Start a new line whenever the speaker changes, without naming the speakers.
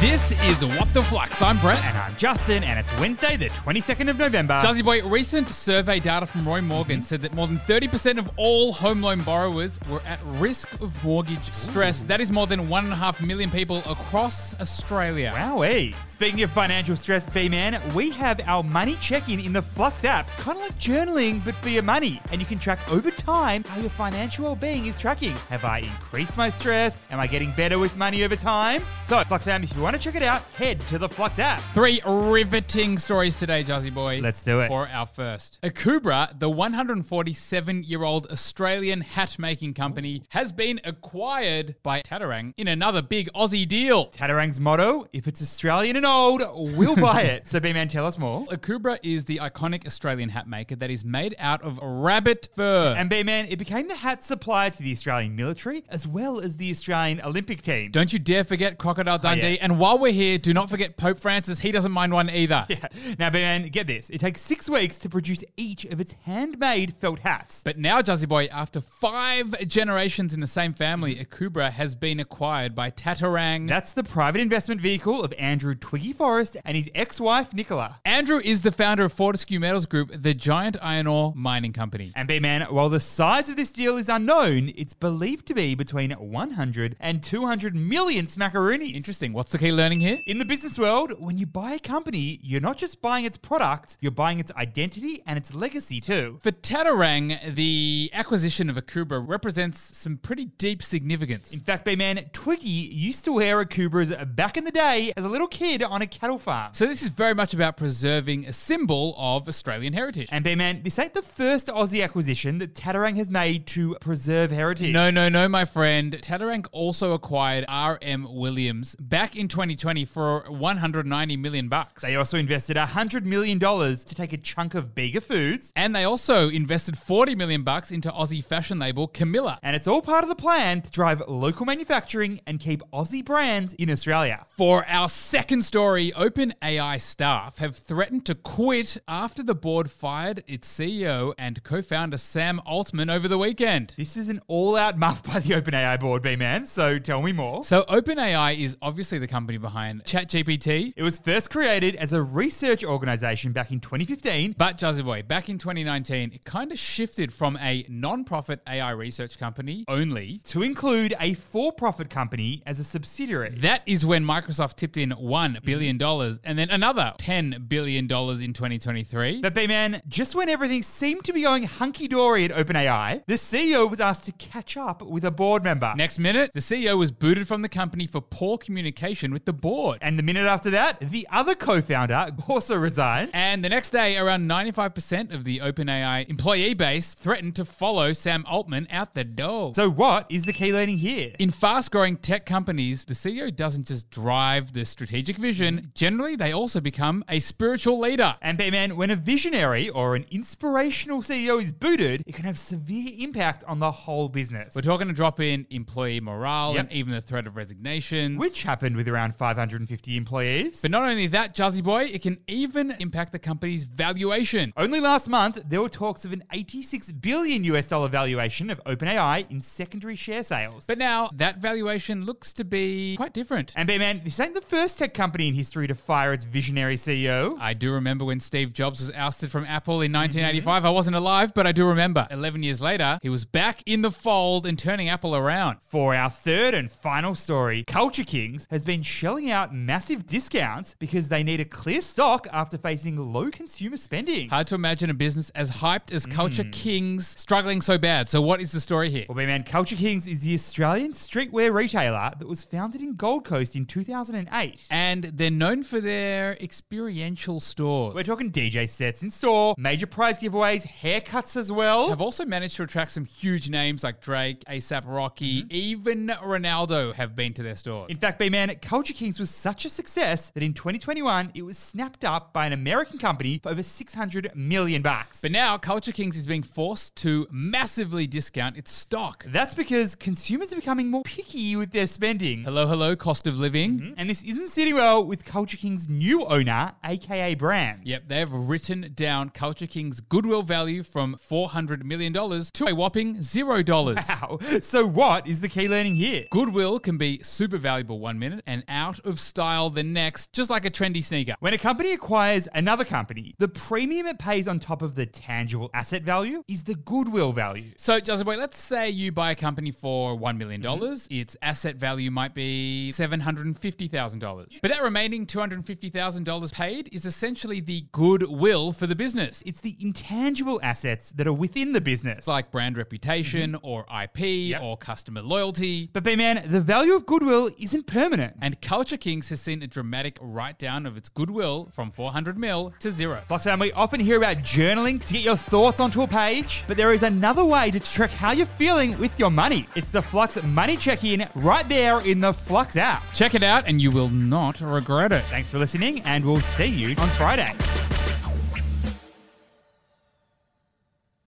This is What the Flux. I'm Brett.
And I'm Justin, and it's Wednesday, the 22nd of November.
Jazzy Boy, recent survey data from Roy Morgan said that more than 30% of all home loan borrowers were at risk of mortgage stress. That is more than one and a half million people across Australia.
Wowee. Speaking of financial stress, B Man, we have our money check in in the Flux app. It's kind of like journaling, but for your money. And you can track over time how your financial well being is tracking. Have I increased my stress? Am I getting better with money over time? So, Flux fam, if you want to check it out, head to the Flux app.
Three riveting stories today, Jazzy Boy.
Let's do it.
For our first. Akubra, the 147 year old Australian hat making company, has been acquired by Tatarang in another big Aussie deal.
Tatarang's motto if it's Australian and old, we'll buy it. So, B Man, tell us more.
Akubra is the iconic Australian hat maker that is made out of rabbit fur.
And B Man, it became the hat supplier to the Australian military as well as the Australian Olympic team.
Don't you dare forget Crocodile Dundee.
Oh, yeah.
And while we're here, do not forget Pope Francis. He doesn't mind one either.
Yeah. Now, B Man, get this. It takes six weeks to produce each of its handmade felt hats.
But now, Jazzy Boy, after five generations in the same family,
Mm-hmm.
Akubra has been acquired by Tatarang.
That's the private investment vehicle of Andrew Twiggy Forrest and his ex wife, Nicola.
Andrew is the founder of Fortescue Metals Group, the giant iron ore mining company.
And B Man, while the size of this deal is unknown, it's believed to be between 100 and 200 million smackaroonies.
Interesting. What's the key learning here?
In the business world, when you buy a company, you're not just buying its product, you're buying its identity and its legacy too.
For Tatarang, the acquisition of Akubra represents some pretty deep significance.
In fact, B Man, Twiggy used to wear a Kubra's back in the day as a little kid on a cattle farm.
So this is very much about preserving a symbol of Australian heritage.
And B Man, this ain't the first Aussie acquisition that Tatarang has made to preserve heritage.
No, no, no, my friend. Tatarang also acquired RM Williams back in 2020 for 190 million bucks.
They also invested $100 million to take a chunk of Bega Foods,
and they also invested 40 million bucks into Aussie fashion label Camilla.
and it's all part of the plan to drive local manufacturing and keep Aussie brands in Australia.
For our second story, OpenAI staff have threatened to quit after the board fired its CEO and co-founder Sam Altman over the weekend.
This is an all out muff by the OpenAI board, B Man, so tell me more.
So OpenAI is obviously the company behind ChatGPT,
It was first created as a research organization back in 2015.
But Jazzy Boy, back in 2019, it kind of shifted from a non-profit AI research company only.
To include a for profit company as a subsidiary.
That is when Microsoft tipped in $1 billion and then another $10 billion in 2023.
But B Man, just when everything seemed to be going hunky dory at OpenAI, the CEO was asked to catch up with a board member.
Next minute, the CEO was booted from the company for poor communication with the board.
And the minute after that, the other co founder also resigned.
And the next day, around 95% of the OpenAI employee base threatened to follow Sam Altman out the door.
So, what is the key learning here?
In fast growing tech companies, the CEO doesn't just drive the strategic vision, generally, they also become a spiritual leader.
And Batman, when a visionary or an inspirational CEO is booted, it can have severe impact on the whole business.
We're talking to drop in employee morale
Yep.
and even the threat of resignations.
Which happened with around 550 employees.
but not only that, Jazzy Boy, it can even impact the company's valuation.
only last month, there were talks of an 86 billion US dollar valuation of OpenAI in secondary share sales.
But now that valuation looks to be quite different.
and Batman, this ain't the first tech company in history to fire its visionary E CEO.
I do remember when Steve Jobs was ousted from Apple
Mm-hmm.
in 1985. I wasn't alive, but I do remember. 11 years later, he was back in the fold and turning Apple around.
For our third and final story, Culture Kings has been shelling out massive discounts because they need a clear stock after facing low consumer spending.
Hard to imagine a business as hyped as Culture
Mm.
Kings struggling so bad. So, what is the story here?
Well, my man, Culture Kings is the Australian streetwear retailer that was founded in Gold Coast in 2008.
And they're known for their experiential stores.
We're talking DJ sets in store, major prize giveaways, haircuts as well.
have also managed to attract some huge names like Drake, ASAP Rocky, even Ronaldo have been to their stores.
Mm-hmm. In fact, B-Man, Culture Kings was such a success that in 2021, it was snapped up by an American company for over 600 million bucks.
but now Culture Kings is being forced to massively discount its stock.
That's because consumers are becoming more picky with their spending.
Hello, hello, cost of living.
And this isn't sitting well with Culture King's new owner, aka Brands.
Yep, they've written down Culture King's goodwill value from $400 million to a whopping $0.
Wow. So what is the key learning here?
Goodwill can be super valuable one minute and out of style the next, just like a trendy sneaker.
When a company acquires another company, the premium it pays on top of the tangible asset value is the goodwill value.
So, Justin Boy, let's say you buy a company for $1 million. Its asset value might be $750,000. But that remaining $250,000 paid is essentially the goodwill for the business.
It's the intangible assets that are within the business.
It's like brand reputation or IP
Yep.
or customer loyalty.
But B-Man, the value of goodwill isn't permanent.
And Culture Kings has seen a dramatic write down of its goodwill from 400 mil to zero.
Fox Fam, we often hear about journaling to get your thoughts onto a page, but there is another way to track how you're feeling with your money. It's the Flux Money Check-In right there in the Flux app.
Check it out and you will not regret it.
Thanks for listening, and we'll see you on Friday.